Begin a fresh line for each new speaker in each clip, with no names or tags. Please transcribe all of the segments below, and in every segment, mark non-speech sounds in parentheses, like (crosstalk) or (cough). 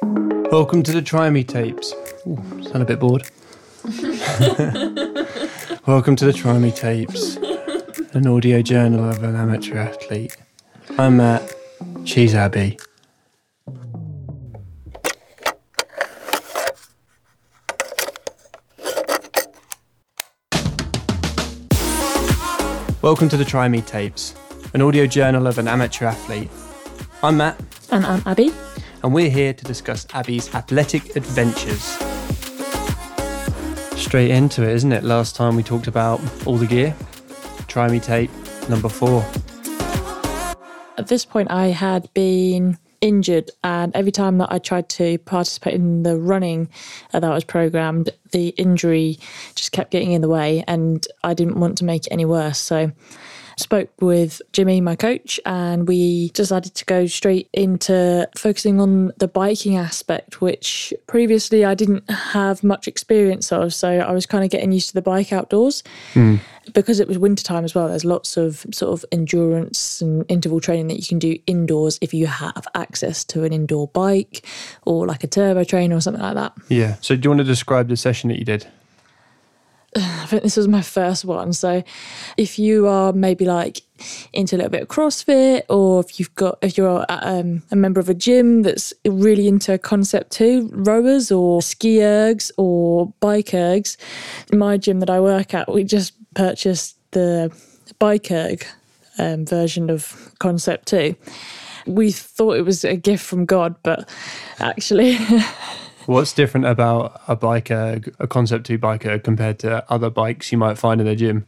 Welcome to the Try Me tapes. Ooh, sound a bit bored. Welcome to the Try Me tapes, an audio journal of an amateur athlete. I'm Matt. She's Abby. Welcome to the Try Me tapes, an audio journal of an amateur athlete. I'm Matt.
And I'm Abby.
and we're here to discuss Abby's athletic adventures. Straight into it, isn't it? Last time we talked about all the gear. Try me tape number four.
At this point, I had been injured, and every time that I tried to participate in the running uh, that was programmed, the injury just kept getting in the way, and I didn't want to make it any worse. So spoke with Jimmy, my coach, and we decided to go straight into focusing on the biking aspect, which previously I didn't have much experience of. So I was kind of getting used to the bike outdoors because it was winter time as well. There's lots of sort of endurance and interval training that you can do indoors if you have access to an indoor bike or like a turbo train or something like that.
Yeah. So, do you want to describe the session that you did?
I think this was my first one. So if you are maybe like into a little bit of CrossFit or if you've got if you're at, um, a member of a gym that's really into concept too, rowers or ski ergs or bike ergs, my gym that I work at, we just purchased the bike erg um, version of concept two. We thought it was a gift from God, but actually (laughs)
What's different about a biker, a Concept 2 biker, compared to other bikes you might find in the gym?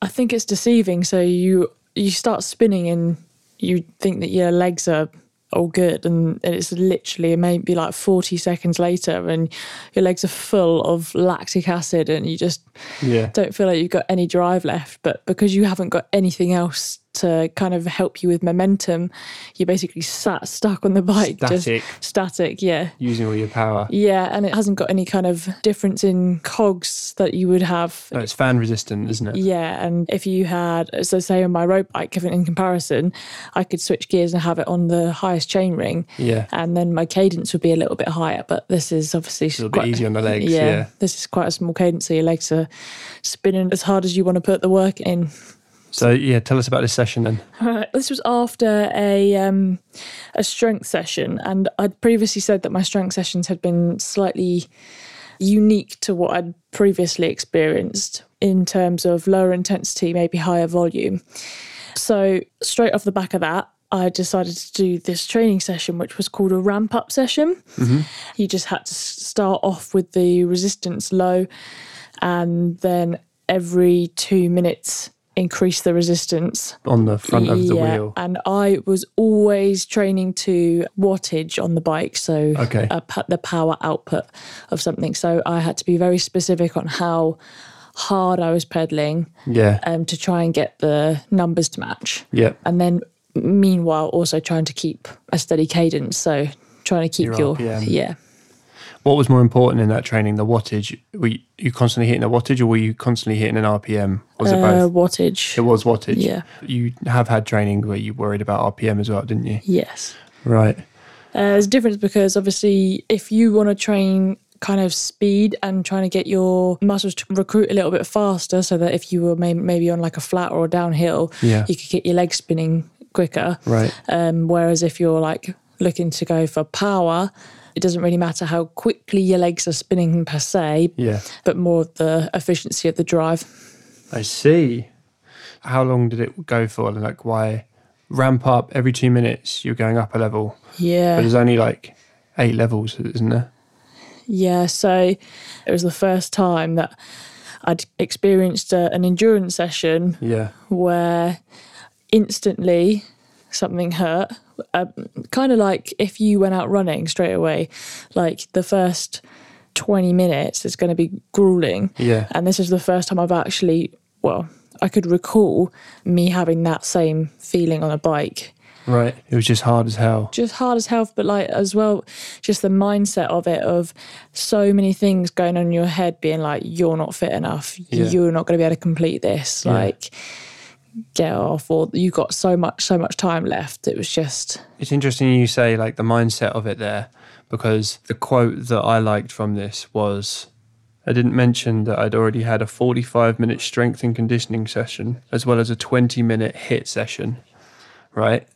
I think it's deceiving. So you you start spinning and you think that your legs are all good, and it's literally maybe like forty seconds later, and your legs are full of lactic acid, and you just
Yeah.
don't feel like you've got any drive left. But because you haven't got anything else to kind of help you with momentum, you're basically sat stuck on the bike,
Static.
just static. Yeah.
Using all your power.
Yeah, and it hasn't got any kind of difference in cogs that you would have
No, Oh, it's fan resistant, isn't it?
yeah, and if you had, so say on my road bike, if in comparison, I could switch gears and have it on the highest chain ring,
Yeah.
and then my cadence would be a little bit higher. But this is obviously
little bit easier on the legs, yeah.
this is quite a small cadence, so your legs are spinning as hard as you want to put the work in.
So, yeah, tell us about this session then.
Right. (laughs) This was after a um, a strength session, and I'd previously said that my strength sessions had been slightly unique to what I'd previously experienced in terms of lower intensity, maybe higher volume. So straight off the back of that, I decided to do this training session, which was called a ramp up session. You just had to s- start off with the resistance low, and then every two minutes increase the resistance
On the front of the
yeah,
wheel.
And I was always training to wattage on the bike, so
Okay.
a pa- the power output of something. So I had to be very specific on how hard I was pedaling
Yeah.
um, to try and get the numbers to match.
Yeah.
And then, meanwhile, also trying to keep a steady cadence. So trying to keep
Your
your
RPM.
yeah.
What was more important in that training, the wattage? Were you, you constantly hitting a wattage or were you constantly hitting an RPM? Was it
Uh,
both?
wattage.
It was wattage.
Yeah.
You have had training where you worried about RPM as well, didn't you?
yes.
Right.
Uh, there's a difference because obviously, if you want to train kind of speed and trying to get your muscles to recruit a little bit faster, so that if you were may- maybe on like a flat or a downhill,
Yeah.
you could get your legs spinning quicker.
Right.
Um, whereas if you're like looking to go for power, it doesn't really matter how quickly your legs are spinning per se,
Yeah.
but more of the efficiency of the drive.
I see. How long did it go for? And like, why ramp up every two minutes? You're going up a level, but
Yeah.
there's only like eight levels, isn't there?
Yeah, so it was the first time that I'd experienced a, an endurance session
Yeah.
where instantly something hurt. Um, kind of like if you went out running straight away, like the first 20 minutes is going to be grueling.
Yeah.
And this is the first time I've actually, well, I could recall me having that same feeling on a bike.
Right. It was just hard as hell.
Just hard as hell, but like as well, just the mindset of it of so many things going on in your head being like, you're not fit enough.
Yeah.
You're not going to be able to complete this.
Yeah.
Like, get off or you've got so much so much time left it was just
It's interesting you say like the mindset of it there, because the quote that I liked from this was I didn't mention that I'd already had a 45 minute strength and conditioning session as well as a 20 minute hit session, right?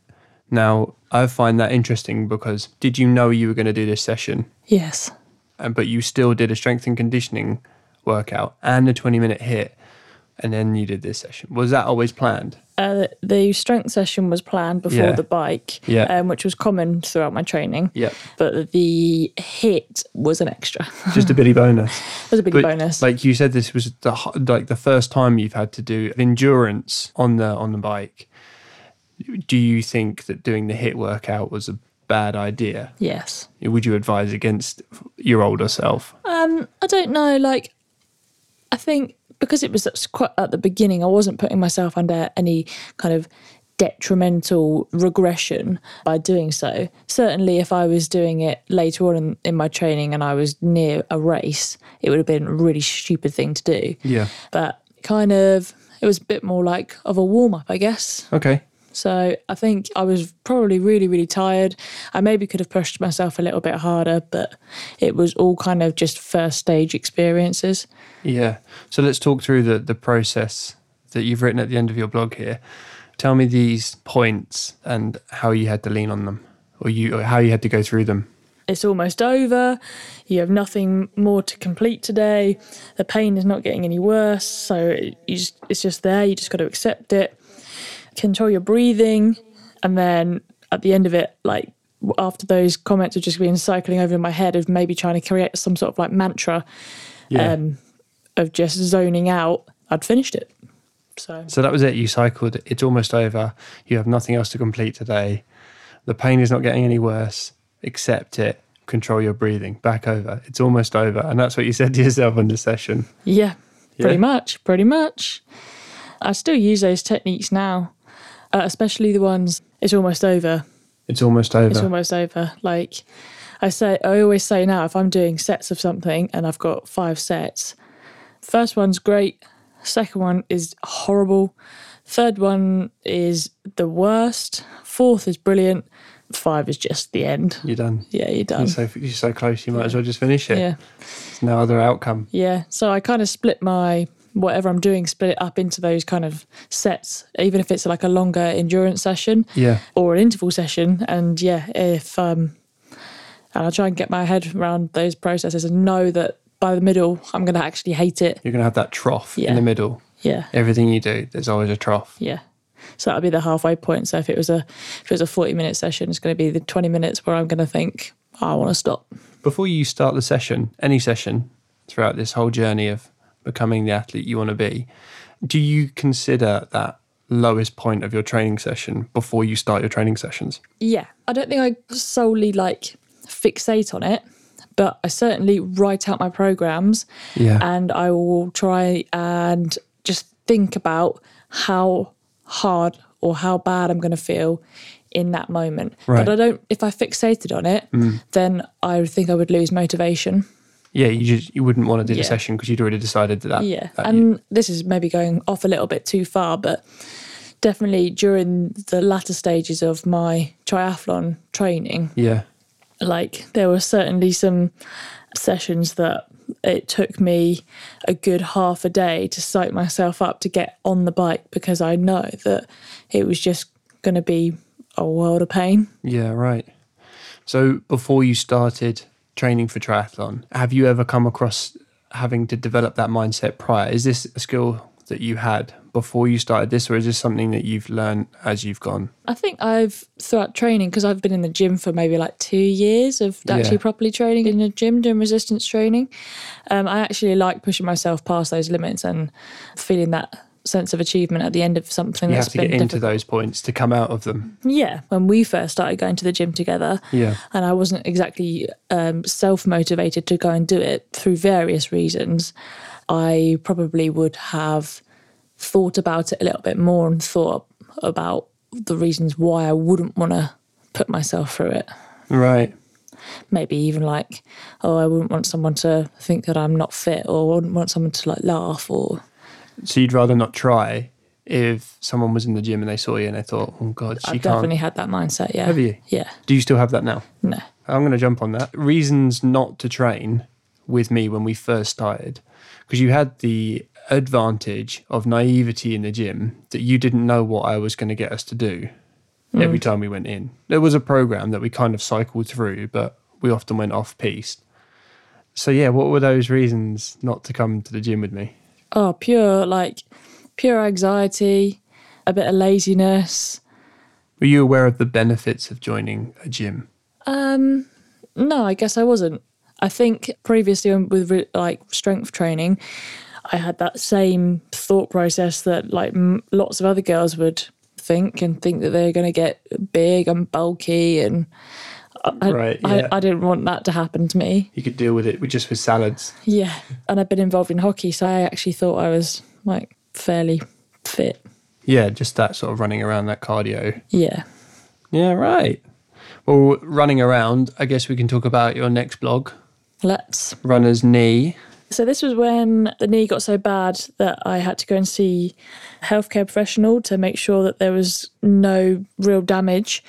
Now, I find that interesting because did you know you were going to do this session?
yes
and but you still did a strength and conditioning workout and a 20 minute hit and then you did this session was that always planned
uh, the strength session was planned before
Yeah.
the bike
Yeah.
um, which was common throughout my training
Yep.
but the hit was an extra (laughs)
just a bitty bonus
it was a big
but
bonus
like you said this was the h- like the first time you've had to do endurance on the on the bike do you think that doing the hit workout was a bad idea
yes
would you advise against your older self
Um, I don't know. Like, I think because it was at s- quite at the beginning, I wasn't putting myself under any kind of detrimental regression by doing so. Certainly, if I was doing it later on in, in my training and I was near a race, it would have been a really stupid thing to do.
yeah
But kind of, it was a bit more like of a warm up, I guess.
okay
So I think I was probably really, really tired. I maybe could have pushed myself a little bit harder, but it was all kind of just first stage experiences.
Yeah. So let's talk through the, the process that you've written at the end of your blog here. Tell me these points and how you had to lean on them or you or how you had to go through them.
It's almost over. You have nothing more to complete today. The pain is not getting any worse. So it, you just, it's just there. You just got to accept it. Control your breathing. And then at the end of it, like w- after those comments have just been cycling over in my head of maybe trying to create some sort of like mantra
Yeah.
um, of just zoning out, I'd finished it. So
so that was it. You cycled. It's almost over. You have nothing else to complete today. The pain is not getting any worse. Accept it. Control your breathing. Back over. It's almost over. And that's what you said to yourself on the session.
yeah, pretty
Yeah.
much, pretty much. I still use those techniques now, uh, especially the ones. It's almost over.
It's almost over.
It's almost over. Like I say, I always say now, if I'm doing sets of something and I've got five sets, first one's great, second one is horrible, third one is the worst, fourth is brilliant, five is just the end.
you're done.
Yeah, you're done.
You're so, you're so close. You might as well just finish it.
Yeah.
There's no other outcome.
Yeah. So I kind of split my whatever I'm doing, split it up into those kind of sets, even if it's like a longer endurance session
Yeah.
or an interval session. And yeah, if, um, and I try and get my head around those processes and know that by the middle, I'm going to actually hate it.
You're going to have that trough
Yeah.
in the middle.
Yeah.
everything you do, there's always a trough.
Yeah. So that'll be the halfway point. So if it was a if it was a forty minute session, it's going to be the twenty minutes where I'm going to think I want to stop.
Before you start the session, any session throughout this whole journey of becoming the athlete you want to be, do you consider that lowest point of your training session before you start your training sessions?
Yeah, I don't think I solely like fixate on it, but I certainly write out my programs
Yeah.
and I will try and just think about how hard or how bad I'm going to feel in that moment.
Right. Mm.
But I don't, if I fixated on it, then I would think I would lose motivation.
yeah, you just you wouldn't want to do the
Yeah.
session because you'd already decided that. that
Yeah.
that you-
and this is maybe going off a little bit too far, but definitely during the latter stages of my triathlon training,
yeah.
like there were certainly some sessions that it took me a good half a day to psych myself up to get on the bike because I know that it was just going to be a world of pain.
Yeah, right. So before you started training for triathlon, have you ever come across having to develop that mindset prior? Is this a skill that you had before you started this, or is this something that you've learned as you've gone?
I think I've throughout training because I've been in the gym for maybe like two years of actually
Yeah.
properly training in a gym doing resistance training. Um, I actually like pushing myself past those limits and feeling that sense of achievement at the end of something
You
that's
have to
been
get into
difficult.
those points to come out of them.
Yeah, when we first started going to the gym together,
Yeah.
and I wasn't exactly um, self motivated to go and do it through various reasons, I probably would have thought about it a little bit more and thought about the reasons why I wouldn't want to put myself through it.
Right.
Maybe even like, oh, I wouldn't want someone to think that I'm not fit, or I wouldn't want someone to like laugh, or
So you'd rather not try if someone was in the gym and they saw you and they thought, oh God, she
I've
can't.
definitely had that mindset. Yeah.
Have you?
Yeah.
Do you still have that now?
No.
I'm going to jump on that. Reasons not to train with me when we first started, because you had the advantage of naivety in the gym that you didn't know what I was going to get us to do every time we went in. There was a program that we kind of cycled through, but we often went off piste. So, yeah, what were those reasons not to come to the gym with me?
Oh, pure like pure anxiety, a bit of laziness.
Were you aware of the benefits of joining a gym?
Um, no, I guess I wasn't. I think previously on- with re- like strength training, I had that same thought process that like m- lots of other girls would think and think that they're going to get big and bulky, and I,
Right, yeah.
I, I didn't want that to happen to me.
You could deal with it with just with salads.
Yeah, and I've been involved in hockey, so I actually thought I was like fairly fit.
Yeah, just that sort of running around, that cardio.
Yeah.
Yeah, right. Well, running around, I guess we can talk about your next blog,
Let's
Runner's Knee.
So this was when the knee got so bad that I had to go and see a healthcare professional to make sure that there was no real damage.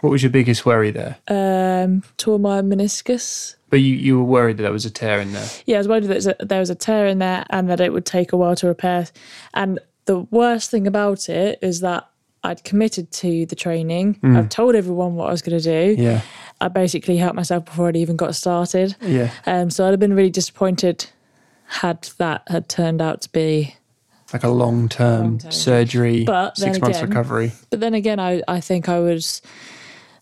What was your biggest worry there?
Um, tore my meniscus.
But you, you were worried that there was a tear in there.
Yeah, I was worried that there was a tear in there and that it would take a while to repair. And the worst thing about it is that I'd committed to the training. I've told everyone what I was going to do.
Hmm. Yeah.
I basically helped myself before I'd even got started.
Yeah.
Um, so I'd have been really disappointed had that had turned out to be
Like a long term
Long-term.
surgery,
But then
six months
again-
recovery.
But then again, I, I think I was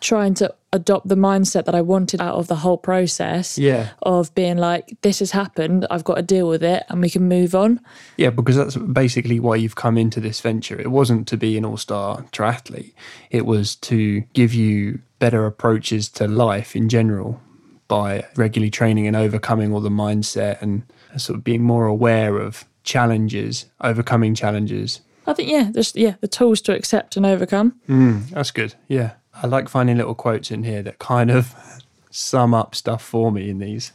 trying to adopt the mindset that I wanted out of the whole process
Yeah.
of being like, this has happened, I've got to deal with it and we can move on.
Yeah, because that's basically why you've come into this venture. It wasn't to be an all star triathlete, it was to give you better approaches to life in general by regularly training and overcoming all the mindset and sort of being more aware of challenges, overcoming challenges.
I think, yeah, just, yeah, the tools to accept and overcome.
That's good. Yeah. I like finding little quotes in here that kind of (laughs) sum up stuff for me in these.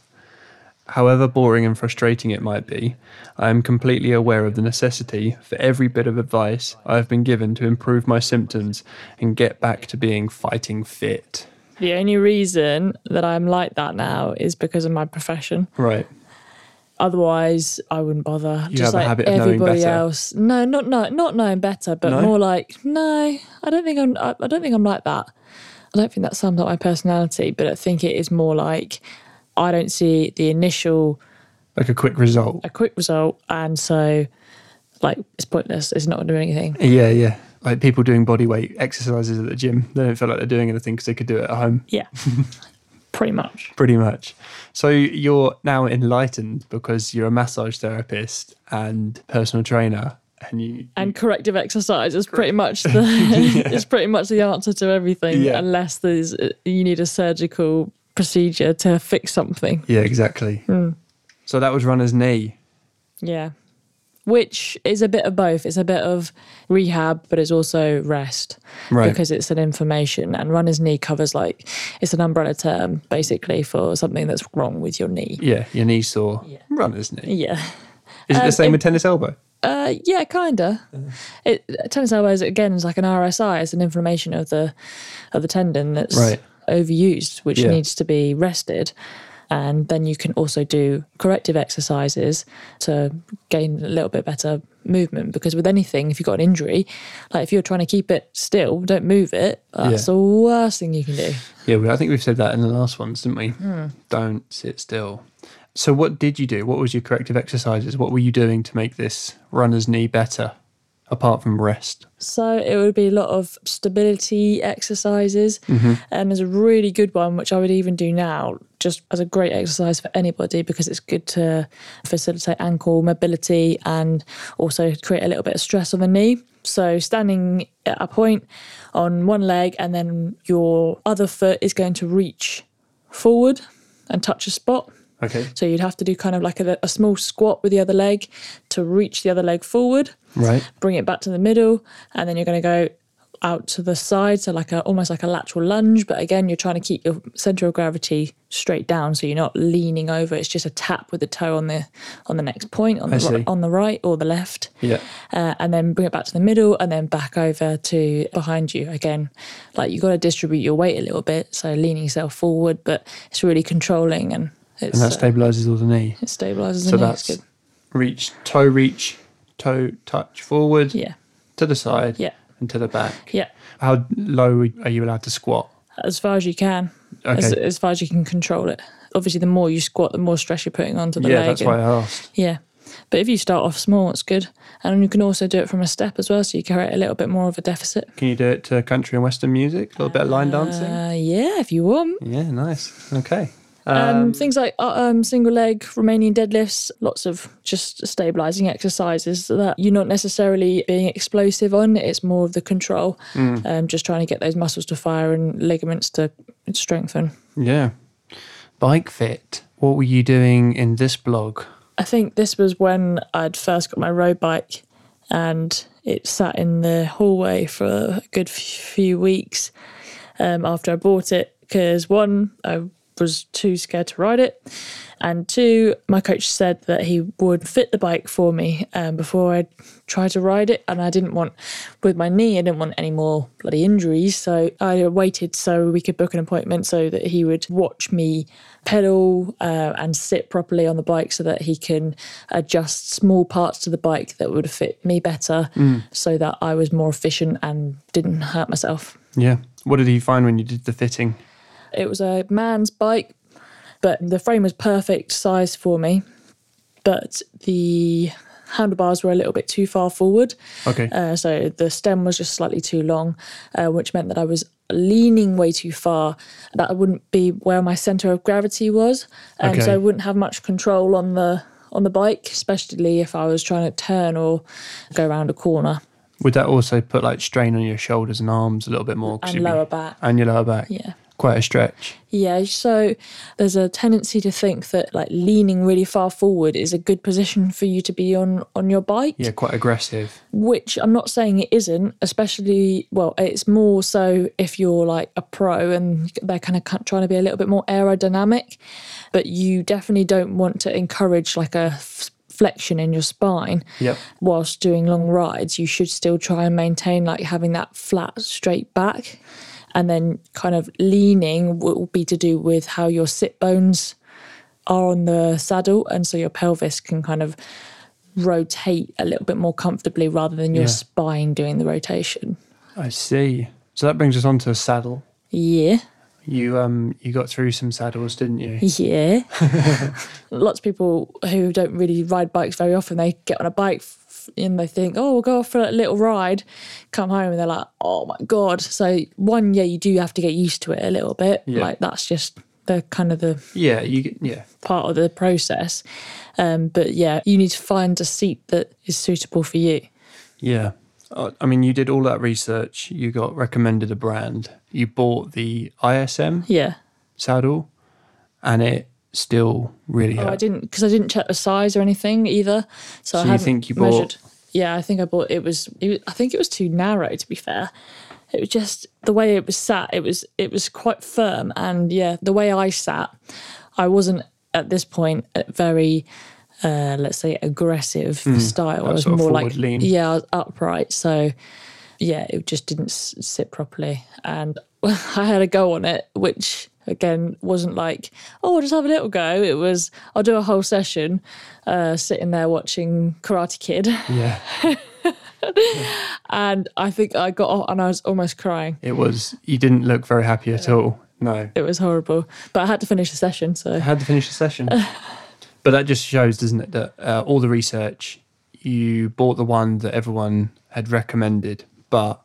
However boring and frustrating it might be, I am completely aware of the necessity for every bit of advice I have been given to improve my symptoms and get back to being fighting fit.
The only reason that I'm like that now is because of my profession.
Right.
Otherwise, I wouldn't bother.
You
just
have a
like
habit of knowing
everybody
better.
else. No, not no, not knowing better, but
No?
more like no. I don't think I'm. I, I don't think I'm like that. I don't think that sums up my personality, but I think it is more like I don't see the initial
Like a quick result.
a quick result, and so like it's pointless. It's not going to do anything.
Yeah, yeah. Like people doing body weight exercises at the gym, they don't feel like they're doing anything because they could do it at home,
Yeah, (laughs) pretty much.
pretty much. So you're now enlightened because you're a massage therapist and personal trainer, and you
And corrective exercise is pretty
(laughs)
much the is pretty much the answer to everything,
Yeah.
unless there's uh, you need a surgical procedure to fix something.
Yeah, exactly.
Hmm.
So that was runner's knee.
Yeah. Which is a bit of both. It's a bit of rehab, but it's also rest
Right.
because it's an inflammation. And runner's knee covers like it's an umbrella term basically for something that's wrong with your knee.
Yeah, your knee sore. Runner's knee.
Yeah,
Is it the
Um,
same
it-
with tennis elbow?
uh, yeah, kinda.
Uh-huh.
It, tennis elbows again is like an RSI. It's an inflammation of the of the tendon that's
Right.
overused, which
Yeah.
needs to be rested. And then you can also do corrective exercises to gain a little bit better movement. Because with anything, if you've got an injury, like if you're trying to keep it still, don't move it. That's
Yeah.
the worst thing you can do.
Yeah, we- I think we've said that in the last ones, didn't we?
Hmm.
Don't sit still. So what did you do? What was your corrective exercises? What were you doing to make this runner's knee better, apart from rest?
So it would be a lot of stability exercises. And there's a really good one, which I would even do now, just as a great exercise for anybody because it's good to facilitate ankle mobility and also create a little bit of stress on the knee. So standing at a point on one leg, and then your other foot is going to reach forward and touch a spot.
Okay.
So you'd have to do kind of like a, a small squat with the other leg to reach the other leg forward
Right.
bring it back to the middle, and then you're going to go out to the side, so like a almost like a lateral lunge. But again, you're trying to keep your center of gravity straight down, so you're not leaning over. It's just a tap with the toe on the on the next point on
I
the
see.
ri- on the right or the left,
Yeah.
uh, and then bring it back to the middle, and then back over to behind you again. Like you got to distribute your weight a little bit, so leaning yourself forward, but it's really controlling and it's
And that
uh,
stabilizes all the knee.
it stabilizes.
So
the knee. It's
that's reach, toe reach, toe touch forward
good. yeah,
to the side
yeah,
and to the back.
yeah.
How low are you allowed to squat?
As far as you can. as,
Okay.
as far as you can control it. Obviously, the more you squat, the more stress you're putting onto the
Yeah,
leg.
that's
and-
why I asked.
yeah. But if you start off small, it's good. And you can also do it from a step as well, so you create a little bit more of a deficit.
Can you do it to country and western music? A little bit of line dancing?
Uh, yeah, if you want.
Yeah, nice. Okay.
Um, things like uh, um, single leg Romanian deadlifts, lots of just stabilizing exercises that you're not necessarily being explosive on. It's more of the control,
Mm.
um, just trying to get those muscles to fire and ligaments to strengthen.
Yeah. Bike fit. What were you doing in this blog?
I think this was when I'd first got my road bike and it sat in the hallway for a good f- few weeks um, after I bought it because one, I was too scared to ride it, and two, my coach said that he would fit the bike for me um, before I tried to ride it, and I didn't want with my knee, I didn't want any more bloody injuries, so I waited so we could book an appointment so that he would watch me pedal uh, and sit properly on the bike so that he can adjust small parts to the bike that would fit me better, so that I was more efficient and didn't hurt myself
Yeah. What did you find when you did the fitting?
it was a man's bike, but the frame was perfect size for me. But the handlebars were a little bit too far forward.
Okay.
Uh, so the stem was just slightly too long, uh, which meant that I was leaning way too far. That wouldn't be where my center of gravity was, um,
Okay.
so I wouldn't have much control on the on the bike, especially if I was trying to turn or go around a corner
Would that also put like strain on your shoulders and arms a little bit more? 'cause
and
you'd be-
lower back.
and your lower back.
Yeah.
Quite a stretch.
Yeah, so there's a tendency to think that like leaning really far forward is a good position for you to be on on your bike,
Yeah, quite aggressive.
which I'm not saying it isn't, especially well, it's more so if you're like a pro and they're kind of trying to be a little bit more aerodynamic, but you definitely don't want to encourage like a f- flexion in your spine
Yep.
whilst doing long rides, you should still try and maintain like having that flat, straight back. And then kind of leaning will be to do with how your sit bones are on the saddle. And so your pelvis can kind of rotate a little bit more comfortably rather than your
Yeah.
spine doing the rotation.
I see. So that brings us on to a saddle.
Yeah.
You um you got through some saddles, didn't you?
Yeah. (laughs) Lots of people who don't really ride bikes very often, they get on a bike f- and they think, oh, we'll go off for a little ride, come home, and they're like, oh my God. So, one, yeah, you do have to get used to it a little bit.
Yeah.
Like, that's just the kind of the
Yeah, you get- yeah.
part of the process. Um, but yeah, you need to find a seat that is suitable for you.
Yeah. Uh, I mean, you did all that research. You got recommended a brand. You bought the ISM
Yeah.
saddle, and it still really
Oh, I
hurt.
didn't because I didn't check the size or anything either. So, I
So you
haven't
think you bought-
measured. Yeah, I think I bought. It was, it was. I think it was too narrow. To be fair, it was just the way it was sat. It was. It was quite firm, and yeah, the way I sat, I wasn't at this point uh, very. Uh, let's say aggressive style. I was
Hmm. sort of
more like
forward lean.
yeah, I was upright. So yeah, it just didn't s- sit properly. And (laughs) I had a go on it, which again wasn't like, oh, I'll just have a little go. It was, I'll do a whole session uh, sitting there watching Karate Kid. (laughs)
yeah,
And I think I got off and I was almost crying.
it was. You didn't look very happy at all. No,
It was horrible. But I had to finish the session. So
I had to finish the session. but that just shows, doesn't it, that uh, all the research you bought the one that everyone had recommended, but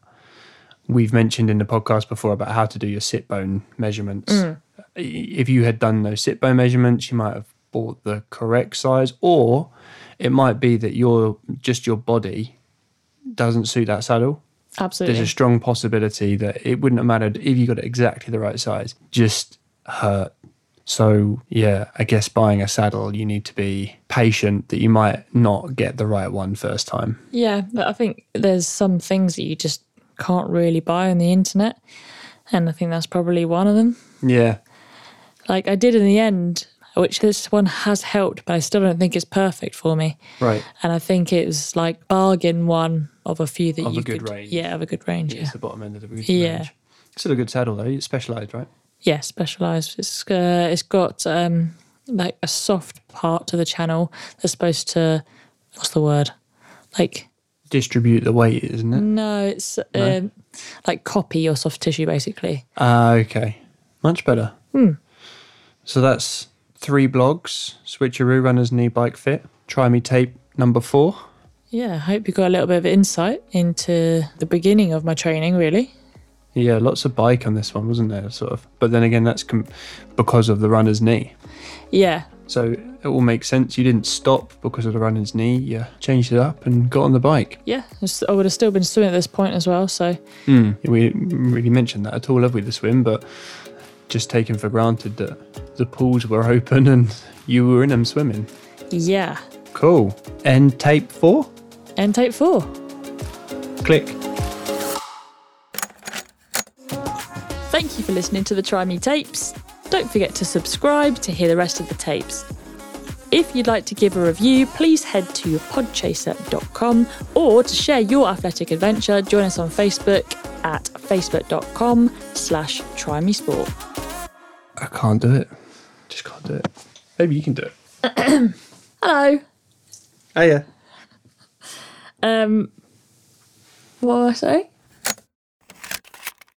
we've mentioned in the podcast before about how to do your sit bone measurements. I- If you had done those sit bone measurements, you might have bought the correct size, or it might be that your just your body doesn't suit that saddle there's
absolutely.
a strong possibility that it wouldn't have mattered if you got it exactly the right size, just hurt. So, yeah, I guess buying a saddle, you need to be patient that you might not get the right one first time.
yeah. But I think there's some things that you just can't really buy on the internet. And I think that's probably one of them.
Yeah.
Like I did in the end, which this one has helped, but I still don't think it's perfect for me.
Right.
And I think it's like bargain one of a few that
Of a
you
good
could,
range.
yeah, of a good range. Yeah,
It's the bottom end of the range.
Yeah.
Still a good saddle though. It's specialized, right?
yeah, specialized. It's uh, it's got um like a soft part to the channel that's supposed to what's the word like
Distribute the weight, isn't it?
no it's um, like copy or soft tissue basically
Ah, okay. Much better. So that's three blogs Switcheroo Runner's Knee Bike Fit, Try Me Tape number four.
yeah i hope you got a little bit of insight into the beginning of my training really
Yeah, lots of bike on this one, wasn't there? Sort of. But then again, that's com- because of the runner's knee.
yeah
So it all makes sense. You didn't stop because of the runner's knee. You changed it up and got on the bike.
yeah it's- i would have still been swimming at this point as well so
We didn't really mention that at all, have we, the swim? But just taken for granted that the pools were (laughs) open and you were in them swimming.
yeah
Cool. End tape four.
and tape four
Click.
Thank you for listening to the Try Me tapes. Don't forget to subscribe to hear the rest of the tapes. If you'd like to give a review, please head to podchaser.com or to share your athletic adventure, join us on Facebook at facebook.com slash try me sport.
I can't do it. Just can't do it. Maybe you can do it.
Hello.
Oh yeah.
Um, what was I saying?